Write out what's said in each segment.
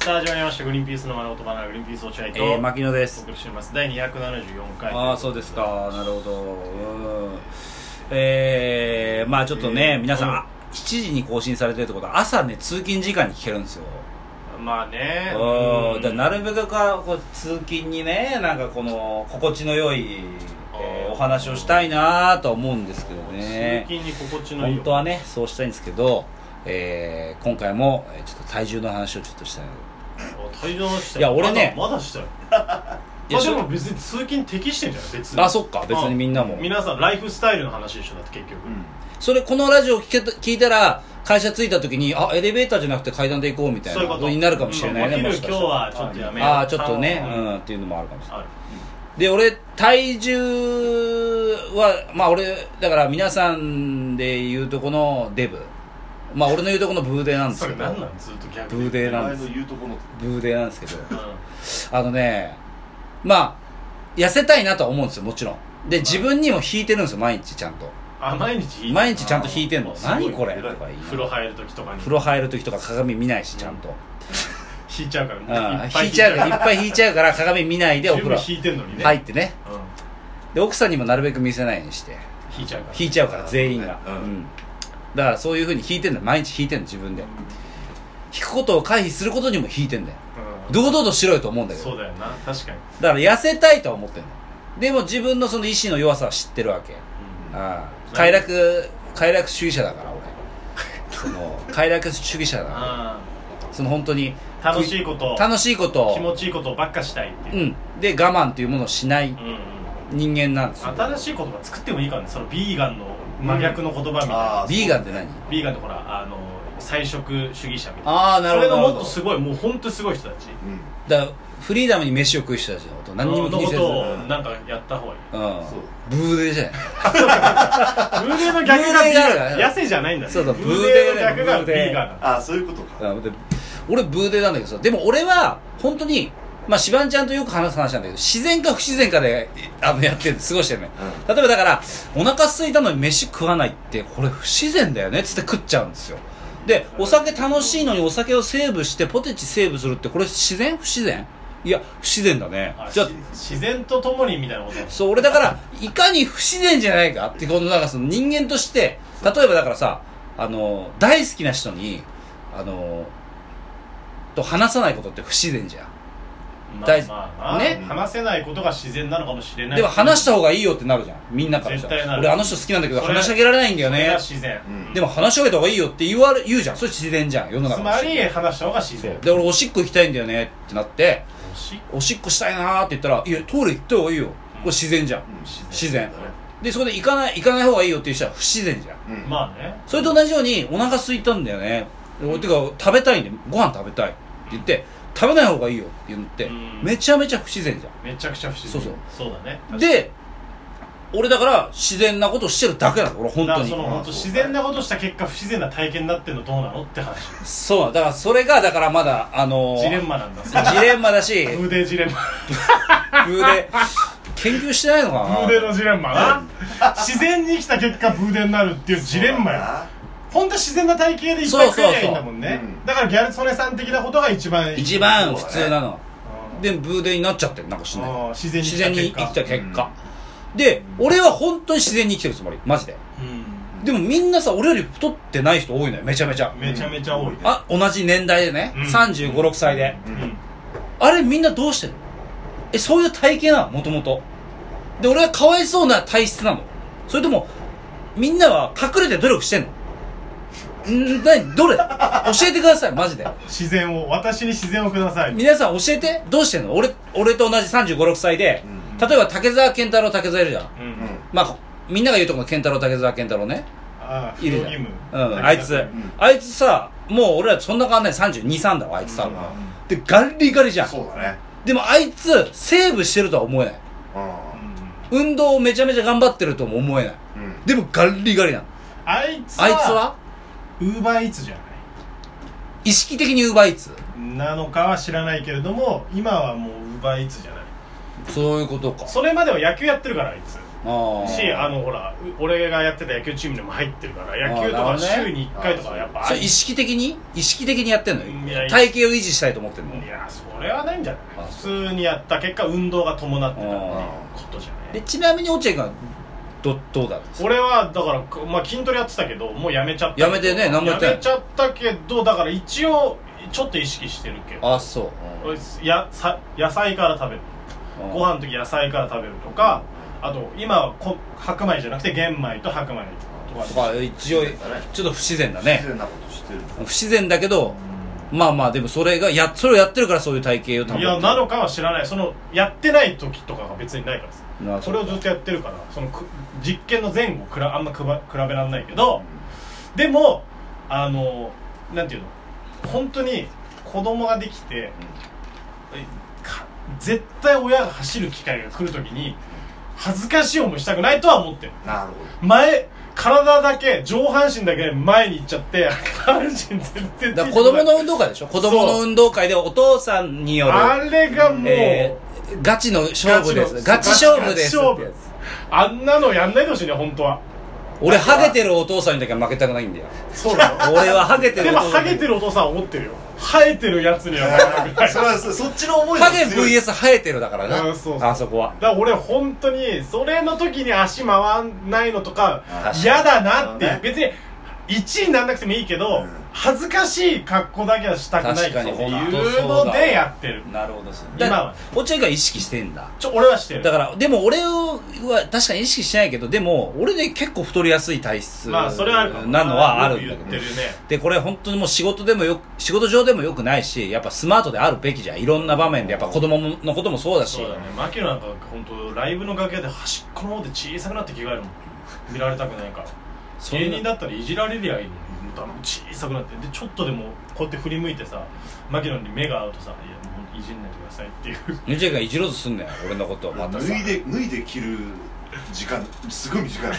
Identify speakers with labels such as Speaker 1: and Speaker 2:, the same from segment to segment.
Speaker 1: さあ始まりました「グリーンピースの丸音バナグリーンピース落合」と、
Speaker 2: えー、牧野で
Speaker 1: お
Speaker 2: す
Speaker 1: 送りしております第274回
Speaker 2: ああそうですかなるほどうんえー、まあちょっとね、
Speaker 1: うん
Speaker 2: 皆さん、
Speaker 1: うん
Speaker 2: あ7時に更新されてるってことは朝ね通勤時間に聞けるんですよ
Speaker 1: まあね
Speaker 2: うんだからなる
Speaker 1: べ
Speaker 2: べくかこう通勤にねなんかこの心地の良い、え
Speaker 1: あー
Speaker 2: ーお話をしたいなと思うんですけど
Speaker 1: く
Speaker 2: ね
Speaker 1: 通勤に心地のいい
Speaker 2: 本当はねそうしたいんですけど、えー、今回もえーちょっと体重の話をちょっとしたいの
Speaker 1: 退場した
Speaker 2: いや俺ね
Speaker 1: まだまだした よ
Speaker 2: い
Speaker 1: ま
Speaker 2: や
Speaker 1: あ
Speaker 2: し
Speaker 1: で
Speaker 2: ょ
Speaker 1: も別に通勤適してんじゃない別に
Speaker 2: あそっか別にみんなも
Speaker 1: う皆さんライフスタイルの話一緒だって結局、
Speaker 2: それこのラジオ聞けた聞いたら会社着いた時にあエレベーターじゃなくて階段で行こうみたいな
Speaker 1: そういうこと
Speaker 2: になるかもしれないね、
Speaker 1: うんお昼
Speaker 2: もしかしたら
Speaker 1: 今日はちょっとやめよう
Speaker 2: ああちょっとね
Speaker 1: あ
Speaker 2: う
Speaker 1: ー
Speaker 2: んっていうのもあるかもしれない
Speaker 1: ある
Speaker 2: で俺体重はまあ俺だから皆さんで言うとこのデブまあ俺の言うとこのブーデーなんです
Speaker 1: そ
Speaker 2: け
Speaker 1: れ
Speaker 2: ど
Speaker 1: 何なんずっと逆
Speaker 2: ブーデーなんです
Speaker 3: 前の言うとこの
Speaker 2: ブーデーなんですけど
Speaker 1: うん
Speaker 2: あのねまあ痩せたいなとは思うんですよもちろんで自分にも引いてるんですよ毎日ちゃんと
Speaker 1: あ毎日いい
Speaker 2: 毎日ちゃんと引いてんの
Speaker 3: あー
Speaker 2: 何
Speaker 3: すご
Speaker 2: こ
Speaker 3: い
Speaker 2: れと
Speaker 3: 偉い
Speaker 2: か言いながら
Speaker 1: 風呂入る時とかに
Speaker 2: 風呂入る時とか鏡見ないしちゃんと、
Speaker 1: 引いちゃうから、
Speaker 2: う
Speaker 1: ね
Speaker 2: ん、引いちゃうからいっぱい引いちゃうから鏡見ないでお
Speaker 1: 十
Speaker 2: 風
Speaker 1: 分
Speaker 2: 呂
Speaker 1: 引いてんのにね、
Speaker 2: 入ってね
Speaker 1: うん、
Speaker 2: で奥さんにもなるべく見せないようにして
Speaker 1: 引いちゃうから
Speaker 2: 引いちゃうから全員が、
Speaker 3: うん
Speaker 2: うんだからそういうふうに引いてんだ毎日引いてんの自分で引くことを回避することにも引いてんだよ
Speaker 1: うん
Speaker 2: 堂々としろよと思うんだけど
Speaker 1: そうだよな確かに、
Speaker 2: だから痩せたいとは思ってんのでも自分のその意志の弱さは知ってるわけ
Speaker 1: うん
Speaker 2: ああ快楽快楽主義者だから俺その快楽主義者だか
Speaker 1: あ
Speaker 2: らその本当に
Speaker 1: ー楽しいこと
Speaker 2: 楽しいことを
Speaker 1: 気持ちいいことばっかしたいって
Speaker 2: う
Speaker 1: いう、
Speaker 2: ん、で我慢というものをしない
Speaker 1: うんうん
Speaker 2: 人間なんですよ
Speaker 1: 新しい言葉作ってもいいからねそのビーガンの真逆の言葉みたいな、
Speaker 3: あ
Speaker 2: ビーガンって何
Speaker 1: ビーガンってほらあの菜食主義者みたいな
Speaker 2: ああ
Speaker 1: それがもっとすごいもう本当すごい人たち
Speaker 3: うん
Speaker 2: だからフリーダムに飯を食う人たちのこと何にも気にせず
Speaker 1: そのこ
Speaker 2: う
Speaker 1: とをなんかやった方がいい
Speaker 3: そうん
Speaker 2: ブーデーじゃない
Speaker 1: ブーデーの逆がビー
Speaker 2: ブーデーがあるから
Speaker 1: ガン痩せじゃないんだね
Speaker 2: そうそう
Speaker 1: ブ
Speaker 2: ブ
Speaker 1: ー
Speaker 2: ー
Speaker 1: デ
Speaker 2: デ
Speaker 1: ー
Speaker 2: ー
Speaker 1: の
Speaker 2: だよ
Speaker 1: 逆がビ
Speaker 2: ブーデー
Speaker 1: ーガンなんだ
Speaker 3: ああそういうことか
Speaker 2: うんで俺ブーデーなんだけどさでも俺は本当にまあ、シバンちゃんとよく話す話なんだけど、自然か不自然かで、あの、やってる、過ごしてるね。例えばだから、お腹空いたのに飯食わないって、これ不自然だよねっつって食っちゃうんですよ。で、お酒楽しいのにお酒をセーブして、ポテチセーブするって、これ自然不自然いや、不自然だね
Speaker 1: あ。
Speaker 2: じゃあ
Speaker 1: し、自然とともにみたいなこと
Speaker 2: そう、俺だから、いかに不自然じゃないかって、このなんかその人間として、例えばだからさ、あの、大好きな人に、あの、と話さないことって不自然じゃん。
Speaker 1: ま
Speaker 2: 大
Speaker 1: あまあ
Speaker 2: ね
Speaker 1: 話せないことが自然なのかもしれない
Speaker 2: でも話した方がいいよってなるじゃん。みんなからした
Speaker 1: 絶対な
Speaker 2: ら。
Speaker 1: る
Speaker 2: 俺あの人好きなんだけど
Speaker 1: それ
Speaker 2: 話し上げられないんだよ
Speaker 1: それ
Speaker 2: ね
Speaker 1: が。自然、
Speaker 3: うん
Speaker 2: でも話し上げた方がいいよって言われ、言うじゃん。それ自然じゃん。世の中
Speaker 1: つ
Speaker 2: の
Speaker 1: ま
Speaker 2: 人
Speaker 1: り話した方が自
Speaker 2: そ
Speaker 1: 然
Speaker 2: うで、俺おしっこ行きたいんだよねってなって、
Speaker 1: おしっ
Speaker 2: おしっこしたいなーって言ったら、いや、トイレ行った方がいいよ。これ自然じゃん。
Speaker 3: うん
Speaker 2: 自然
Speaker 3: だね
Speaker 2: で、そこで行かない、行かない方がいいよっていう人は不自然じゃん。
Speaker 3: うん
Speaker 1: まあね
Speaker 2: それと同じようにお腹空いたんだよね、俺てか食べたいんでご飯食べたいって言って食べない方がいいよって言って、
Speaker 1: うん
Speaker 2: めちゃめちゃ不自然じゃ
Speaker 1: めちゃくちゃ不思議
Speaker 2: そうそう
Speaker 1: だね
Speaker 2: んで俺だから自然なことしてるだけなの俺本
Speaker 1: だか
Speaker 2: 当
Speaker 1: ら
Speaker 2: に
Speaker 1: その
Speaker 3: あ
Speaker 1: 本当
Speaker 3: そう
Speaker 1: 自然なことした結果不自然な体験になってんのどうなのって話
Speaker 2: そうなのだからそれがだからまだあのー
Speaker 1: ジレンマなんだそ
Speaker 2: ジレンマだし
Speaker 1: れ腕ジレンマ
Speaker 2: で研究してないのかな
Speaker 1: ブーデのジレンマな自然に生きた結果ブーデになるっていうジレンマや本当は自然な体型でいっぱい食えりゃいいんだもんね
Speaker 3: そうそうそううん
Speaker 1: だからギャル曽根さん的なことが一番いい
Speaker 2: 一番普通な
Speaker 1: う
Speaker 2: の、
Speaker 1: ん
Speaker 2: でブーデーになっちゃってるなんかしないけど
Speaker 1: うん自然に
Speaker 2: 自然に
Speaker 1: 生き
Speaker 2: 生
Speaker 1: た
Speaker 2: き
Speaker 1: 結
Speaker 2: た
Speaker 1: 果
Speaker 2: 結果、で俺は本当に自然に生きてるつもりマジで
Speaker 1: うん
Speaker 2: でもみんなさ俺より太ってない人多いのよめちゃめちゃ
Speaker 1: めちゃめちゃ多いね
Speaker 2: あ同じ年代でね、
Speaker 1: うん
Speaker 2: 3 5 6歳で
Speaker 3: うん
Speaker 1: うん
Speaker 2: あれみんなどうしてるのえそういう体型なのもともとで俺はかわいそうな体質なのそれともみんなは隠れて努力してんのんー何どれ教えてくださいマジで
Speaker 1: 自然を私に自然をください
Speaker 2: 皆さん教えてどうしてんの俺俺と同じ3 5 6歳で
Speaker 3: うん
Speaker 2: 例えば竹澤健太郎竹澤いるじゃん
Speaker 1: うん
Speaker 3: うん
Speaker 2: まあみんなが言うとこの健太郎竹澤健太郎ね
Speaker 1: ああ
Speaker 2: いる
Speaker 1: 不
Speaker 2: じ
Speaker 1: 良
Speaker 2: ゃ
Speaker 1: 義
Speaker 2: ん
Speaker 1: 務
Speaker 2: うんあいつ、
Speaker 3: ん
Speaker 2: あいつさもう俺らそんな変わんない323だわあいつさ、
Speaker 3: うん
Speaker 2: でガリガリじゃん
Speaker 3: そうだね
Speaker 2: でもあいつセーブしてるとは思えない
Speaker 3: うん
Speaker 2: 運動をめちゃめちゃ頑張ってるとも思えない
Speaker 3: うん
Speaker 2: でもガリガリなの
Speaker 1: あいつは
Speaker 2: あいつは
Speaker 1: ウーバーイーツじゃない
Speaker 2: 意識的に奪いつ
Speaker 1: なのかは知らないけれども今はもうウーバーイーツじゃない
Speaker 2: そういうことか
Speaker 1: それまでは野球やってるからあいつ
Speaker 2: ああ
Speaker 1: しあのほらう俺がやってた野球チームにも入ってるから野球と
Speaker 2: あな
Speaker 1: か
Speaker 2: るほどね
Speaker 1: 週に1回とかやっぱあ
Speaker 2: そ
Speaker 1: る
Speaker 2: れ意識的に意識的にやってんの
Speaker 1: いや
Speaker 2: 体型を維持したいと思ってんの
Speaker 1: いやそれはないんじゃな
Speaker 2: あ
Speaker 1: い普通にやった結果運動が伴ってたっていうことじゃな
Speaker 2: で
Speaker 1: い
Speaker 2: ちなみに落合君はどどうだったんですか
Speaker 1: 俺はだからこ、まあ、筋トレやってたけどもうやめちゃったけど
Speaker 2: やめてね何もや
Speaker 1: や
Speaker 2: ってない
Speaker 1: めちゃったけどだから一応ちょっと意識してるけど
Speaker 2: あそう
Speaker 1: 俺やさ野菜から食べる
Speaker 2: うん
Speaker 1: ご飯の時野菜から食べるとかあと今はこ白米じゃなくて玄米と白米とか
Speaker 2: とか一応ちょっと不自然だね
Speaker 3: 失礼なことしてる
Speaker 2: 不自然だけどまあまあでもそれがやそれをやってるからそういう体型を保って
Speaker 1: い
Speaker 2: る
Speaker 1: やなのかは知らないそのやってない時とかが別にないからさ
Speaker 2: なるほど
Speaker 1: それをずっとやってるからそのく実験の前後くらあんまくば比べられないけどでもあのなんていうの本当に子供ができてか絶対親が走る機会が来る時に恥ずかしい思いしたくないとは思ってる
Speaker 3: なるほど
Speaker 1: 前体だけ上半身だけ前に行っちゃって下半身全然
Speaker 2: だから
Speaker 1: つい
Speaker 2: 子
Speaker 1: てこな
Speaker 2: 供
Speaker 1: い
Speaker 2: の運動会でしょ子供の運動会でお父さんによる、
Speaker 1: あれがもう、
Speaker 2: えーガチの勝負ですガ
Speaker 1: ガ
Speaker 2: チ
Speaker 1: チ
Speaker 2: 勝
Speaker 1: の
Speaker 2: 負ですってやつ
Speaker 1: あんなのやんないでほしいね本当は
Speaker 2: 俺ハゲてるお父さんにだけは負けたくないんだよ
Speaker 1: そうだよ
Speaker 2: 俺はハゲてる
Speaker 1: でもハゲて
Speaker 2: る
Speaker 1: るお父さんは思ってるよ生えてるやつにはならな くない
Speaker 3: それはそ っちの思いが
Speaker 2: ハゲ
Speaker 3: 強い
Speaker 2: VS 生えてるだからな
Speaker 1: うんそうそう
Speaker 2: あそこは
Speaker 1: だから俺本当にそれの時に足回んないのとか
Speaker 3: 確か
Speaker 2: に
Speaker 1: 嫌だなっていう
Speaker 3: そうね
Speaker 1: 別に1位にならなくてもいいけど、
Speaker 3: うん
Speaker 1: 恥ずかしい格好だけはしたくないってい
Speaker 2: 確かに本当
Speaker 1: う
Speaker 2: そう
Speaker 1: の
Speaker 2: だ
Speaker 1: でやってる
Speaker 2: なるほどです
Speaker 1: 今は
Speaker 2: 落合が意識してんだ
Speaker 1: ちょ俺はしてる
Speaker 2: だからでも俺は確かに意識してないけどでも俺ね結構太りやすい体質
Speaker 1: ま
Speaker 2: な
Speaker 1: あ
Speaker 2: の
Speaker 1: それはあるかも
Speaker 2: はあるんだ
Speaker 1: よく
Speaker 2: け
Speaker 1: 言
Speaker 2: ど
Speaker 1: ってるね
Speaker 2: でこれ本当にもう仕事でもよ仕事上でもよくないしやっぱスマートであるべきじゃんいろんな場面でやっぱ子供のこともそうだし
Speaker 1: そうだね牧野なんか本当ライブの楽屋で端っこの方で小さくなって着替えるもん見られたくないから
Speaker 2: そんな
Speaker 1: 芸人だったらいじられりゃいいのに多分小さくなってでちょっとでもこうやって振り向いてさ牧野に目が合うとさ「いやもういじんないでください」っていう
Speaker 2: ヌジェがいじろうとすんねん俺のことをまたさ
Speaker 3: 脱いで脱いで着る時間すごい 短い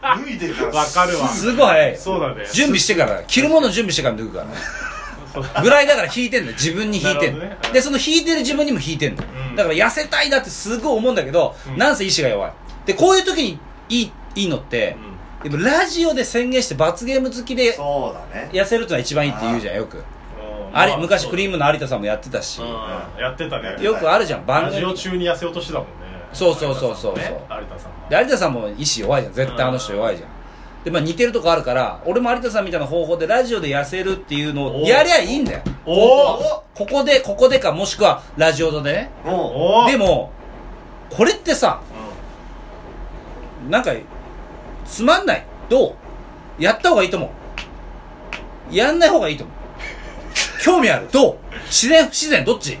Speaker 3: 脱いでから
Speaker 1: わかるわ
Speaker 2: すごい早い よ
Speaker 1: そうだね
Speaker 2: 準備してから着るもの準備してから脱ぐから
Speaker 1: そう
Speaker 2: ぐらいだから引いてんだよ自分に引いてんの、
Speaker 1: なるほどね
Speaker 2: でその引いてる自分にも引いてんの、
Speaker 1: うん
Speaker 2: だから痩せたいだってすごい思うんだけど、
Speaker 1: うん
Speaker 2: なんせ意志が弱いでこういう時にいいいいの って、でもラジオで宣言して罰ゲーム好きで
Speaker 3: そうだね
Speaker 2: 痩せるってのは一番いいって言うじゃんよく
Speaker 1: うん
Speaker 2: あれ昔クリー
Speaker 1: ム
Speaker 2: ムの有田さんもやってたし、
Speaker 1: やってたね
Speaker 2: よくあるじゃん番
Speaker 1: ラジ
Speaker 2: 組
Speaker 1: オ中に痩せ落としてたもんね
Speaker 2: そうそうそうそう
Speaker 1: 有田さんもね
Speaker 2: で有田さんも意志弱いじゃん絶対あの人弱いじゃんで、まあ、似てるとこあるから俺も有田さんみたいな方法でラジオで痩せるっていうのを
Speaker 1: お
Speaker 2: やりゃいいんだよ
Speaker 1: 有田さんもね
Speaker 2: ここでここでかもしくはラジオでね
Speaker 3: おおお
Speaker 1: おお
Speaker 2: でもこれってさなんかつまんないどうやった方がいいと思うやんない方がいいと思う興味あるどう自然不自然どっち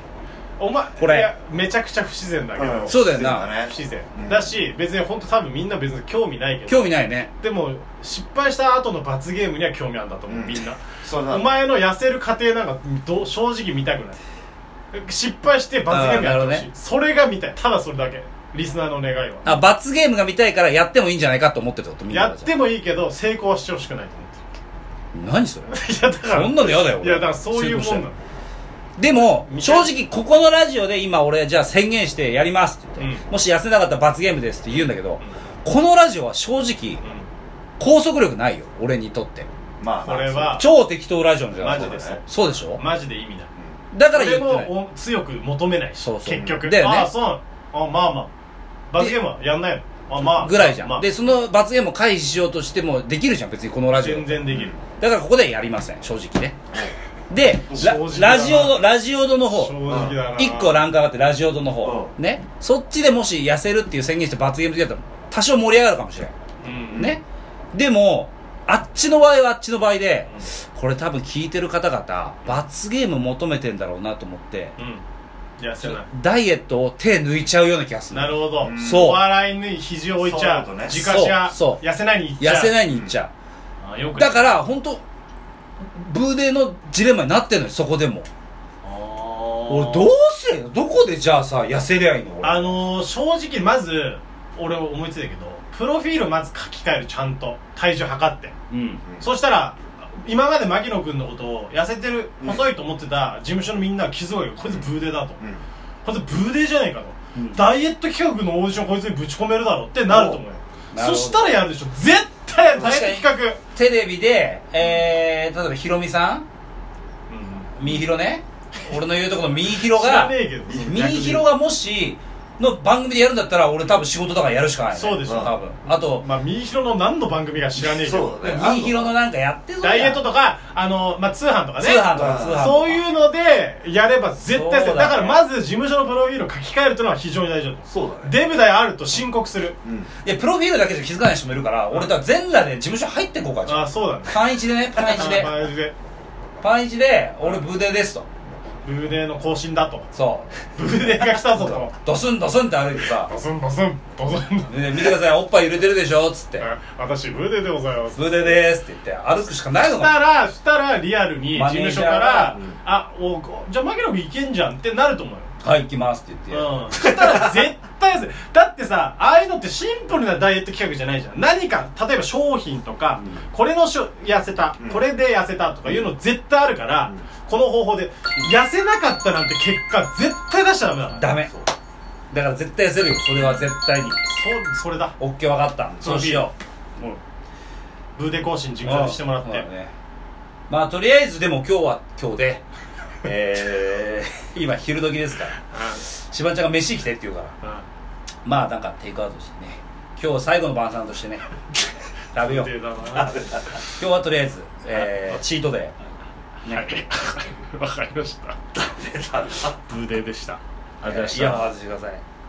Speaker 1: お前
Speaker 2: これ
Speaker 1: いやめちゃくちゃ不自然だけど
Speaker 3: うん
Speaker 2: そうだよな
Speaker 1: 不
Speaker 3: 不自
Speaker 1: 自然
Speaker 3: うん
Speaker 1: だし別に本当多分みんな別に興味ないけど
Speaker 2: 興味ないね
Speaker 1: でも失敗した後の罰ゲームには興味あるんだと思う、
Speaker 3: うん
Speaker 1: みんな
Speaker 3: そうだ
Speaker 1: お前の痩せる過程なんかどう正直見たくない失敗して罰ゲームやってほ
Speaker 2: あーな
Speaker 1: し
Speaker 2: る
Speaker 1: い、
Speaker 2: ほどね
Speaker 1: それが見たいただそれだけリスナーの願いは
Speaker 2: あ罰ゲームが見たいからやってもいいんじゃないかと思ってるってことみんな
Speaker 1: や
Speaker 2: が
Speaker 1: っ
Speaker 2: じゃん
Speaker 1: てもいいけど成功はしてほしくないと思
Speaker 2: 何それ
Speaker 1: ってるいやだから
Speaker 2: そんなの嫌だよ
Speaker 1: いやだからそういうもんな
Speaker 2: 成功し
Speaker 1: の
Speaker 2: でも
Speaker 1: 見
Speaker 2: 正
Speaker 1: たい
Speaker 2: 直ここのラジオで今俺じゃあ宣言してやりますって言って、
Speaker 1: うん
Speaker 2: もし痩せなかったら罰ゲームですって言うんだけど、このラジオは正直拘束力ないよ俺にとって
Speaker 3: まあ
Speaker 1: これは
Speaker 2: 超適当ラジオじゃ
Speaker 1: マ
Speaker 2: ない
Speaker 1: ジ
Speaker 3: そう
Speaker 1: でそう
Speaker 2: そうでしょ
Speaker 1: マジで意味ない
Speaker 2: だから
Speaker 1: で
Speaker 2: 言ってない
Speaker 1: もお強く求めないし
Speaker 2: そうそう
Speaker 1: 結局
Speaker 2: だよね
Speaker 1: ああそうあまあまあ罰ゲームはやんないのあまあ
Speaker 2: ぐらいじゃん、
Speaker 1: まあ
Speaker 2: でその罰ゲームを回避しようとしてもできるじゃん別にこのラジオ
Speaker 1: 全然できる
Speaker 2: だからここでやりません正直ねで
Speaker 1: 正
Speaker 2: ラ
Speaker 1: 直だな
Speaker 2: ラジオラジオドの方
Speaker 1: 正直だな
Speaker 2: 一個ランク上がってラジオドの方、
Speaker 3: う
Speaker 2: ねそっちでもし痩せるっていう宣言して罰ゲーム的だったら多少盛り上がるかもしれん
Speaker 1: うん
Speaker 2: ね、でもあっちの場合はあっちの場合で、
Speaker 1: うん
Speaker 2: これ多分聞いてる方々罰ゲーム求めてんだろうなと思って、
Speaker 1: うん痩せない
Speaker 2: ダイエットを手抜いちゃうような気がする
Speaker 1: なるほど、
Speaker 3: うん
Speaker 2: そう
Speaker 1: お笑いに肘を置いちゃ
Speaker 3: そううだね
Speaker 1: 自家足が
Speaker 2: そうそう
Speaker 1: 痩せないにいっちゃう
Speaker 2: 痩せないにいっちゃ
Speaker 1: あよ
Speaker 2: う、
Speaker 1: く
Speaker 2: だからら本当ブーデーのジレンマになってんのよそこでも俺どうすればどこでじゃあさ痩せりゃいいの俺
Speaker 1: あのー、正直まず俺思いついたけどプロフィールまず書き換えるちゃんと体重測って
Speaker 2: うん
Speaker 1: そしたら今まで牧野君のことを痩せてる
Speaker 3: うん
Speaker 1: 細いと思ってた事務所のみんなは気づくわけよこいつブーデーだと、
Speaker 3: うん
Speaker 1: こいつブーデーじゃねえかと
Speaker 2: うん
Speaker 1: ダイエット企画のオーディションこいつにぶち込めるだろうってなると思うよ
Speaker 2: おなるほ
Speaker 1: そ
Speaker 2: ど
Speaker 1: したらやるでしょ絶対ダイエット企画
Speaker 2: テレビで、えー、例えばヒロミさんミーヒロね俺の言うとこのミーヒロ
Speaker 1: 知ら
Speaker 2: が
Speaker 1: ねえけど
Speaker 2: ミーヒロがもしの番組でやるんだったら俺多分仕事だからやるしかない、ね、
Speaker 1: そうでしょ
Speaker 2: 多分あと
Speaker 1: まあミーヒロの何の番組か知らねえけ
Speaker 3: そ
Speaker 1: ど
Speaker 3: う
Speaker 2: ミ
Speaker 3: だね
Speaker 2: ーヒロのなんかやってそうだ
Speaker 1: ダ
Speaker 2: よ
Speaker 1: イエットとかあのまあ通販とかね
Speaker 2: 通販とか通販とか
Speaker 1: そういうのでやれば絶対
Speaker 2: そ
Speaker 1: だ,、
Speaker 2: うだね
Speaker 1: からまず事務所のプロフィールを書き換えるというのは非常に大事だと
Speaker 3: そうだね
Speaker 1: デブであると申告する
Speaker 3: うん
Speaker 2: でプロフィールだけじゃ気づかない人もいるから俺とは全裸で事務所入ってこうかじゃ
Speaker 1: あ
Speaker 2: あ
Speaker 1: あそうだね
Speaker 2: パンイチでねパンイチ で
Speaker 1: あーマジで
Speaker 2: パンイチで俺ブーデーですと
Speaker 1: ブーデーの更新だと
Speaker 2: そう
Speaker 1: ブーデーが来たぞと
Speaker 2: ドスンドスンって歩いてさ
Speaker 1: ドスンドスンドスン
Speaker 2: 「ね見てくださいおっぱい揺れてるでしょ」っつって
Speaker 1: 私ブーデーでございま
Speaker 2: 「
Speaker 1: す
Speaker 2: ブーデーです」って言って歩くしかないの
Speaker 1: し
Speaker 2: かも
Speaker 1: たらしたらリアルに事
Speaker 2: マネー
Speaker 1: 務
Speaker 2: ジ
Speaker 1: 所
Speaker 2: ャー
Speaker 1: か
Speaker 2: が
Speaker 1: ら「あおじゃあマキロ君いけんじゃん」ってなると思うよ
Speaker 2: はい行きますって言って
Speaker 1: うん、そしたら絶対ですだってさああいうのってシンプルなダイエット企画じゃないじゃん何か例えば商品とか、これのしょ痩せた、
Speaker 3: うん
Speaker 1: これで痩せたとかいうの絶対あるから、この方法で痩せなかったなんて結果絶対出しちゃダメだから
Speaker 2: ダメ
Speaker 3: そう
Speaker 2: だから絶対痩せるよそれは絶対に
Speaker 1: そそれだ
Speaker 2: オッケー分かったそうしよううん
Speaker 1: ブーデ更新自分でしてもらっ
Speaker 2: そうだ
Speaker 1: て、
Speaker 2: ねまあとりあえずでも今日は今日 でえー、今昼時ですからしばんちゃんが飯来てって言うから
Speaker 1: う
Speaker 2: まあなんかテイクアウトしてね今日最後の晩餐としてね 食べよ
Speaker 1: ん
Speaker 2: う
Speaker 1: ブーデ
Speaker 2: 今
Speaker 1: だな
Speaker 2: 日はとりあえず、えー、チートで
Speaker 1: はい わかりました
Speaker 3: 出たな
Speaker 1: ブーデでしたありがとうございまし
Speaker 2: い
Speaker 1: た
Speaker 2: や外してください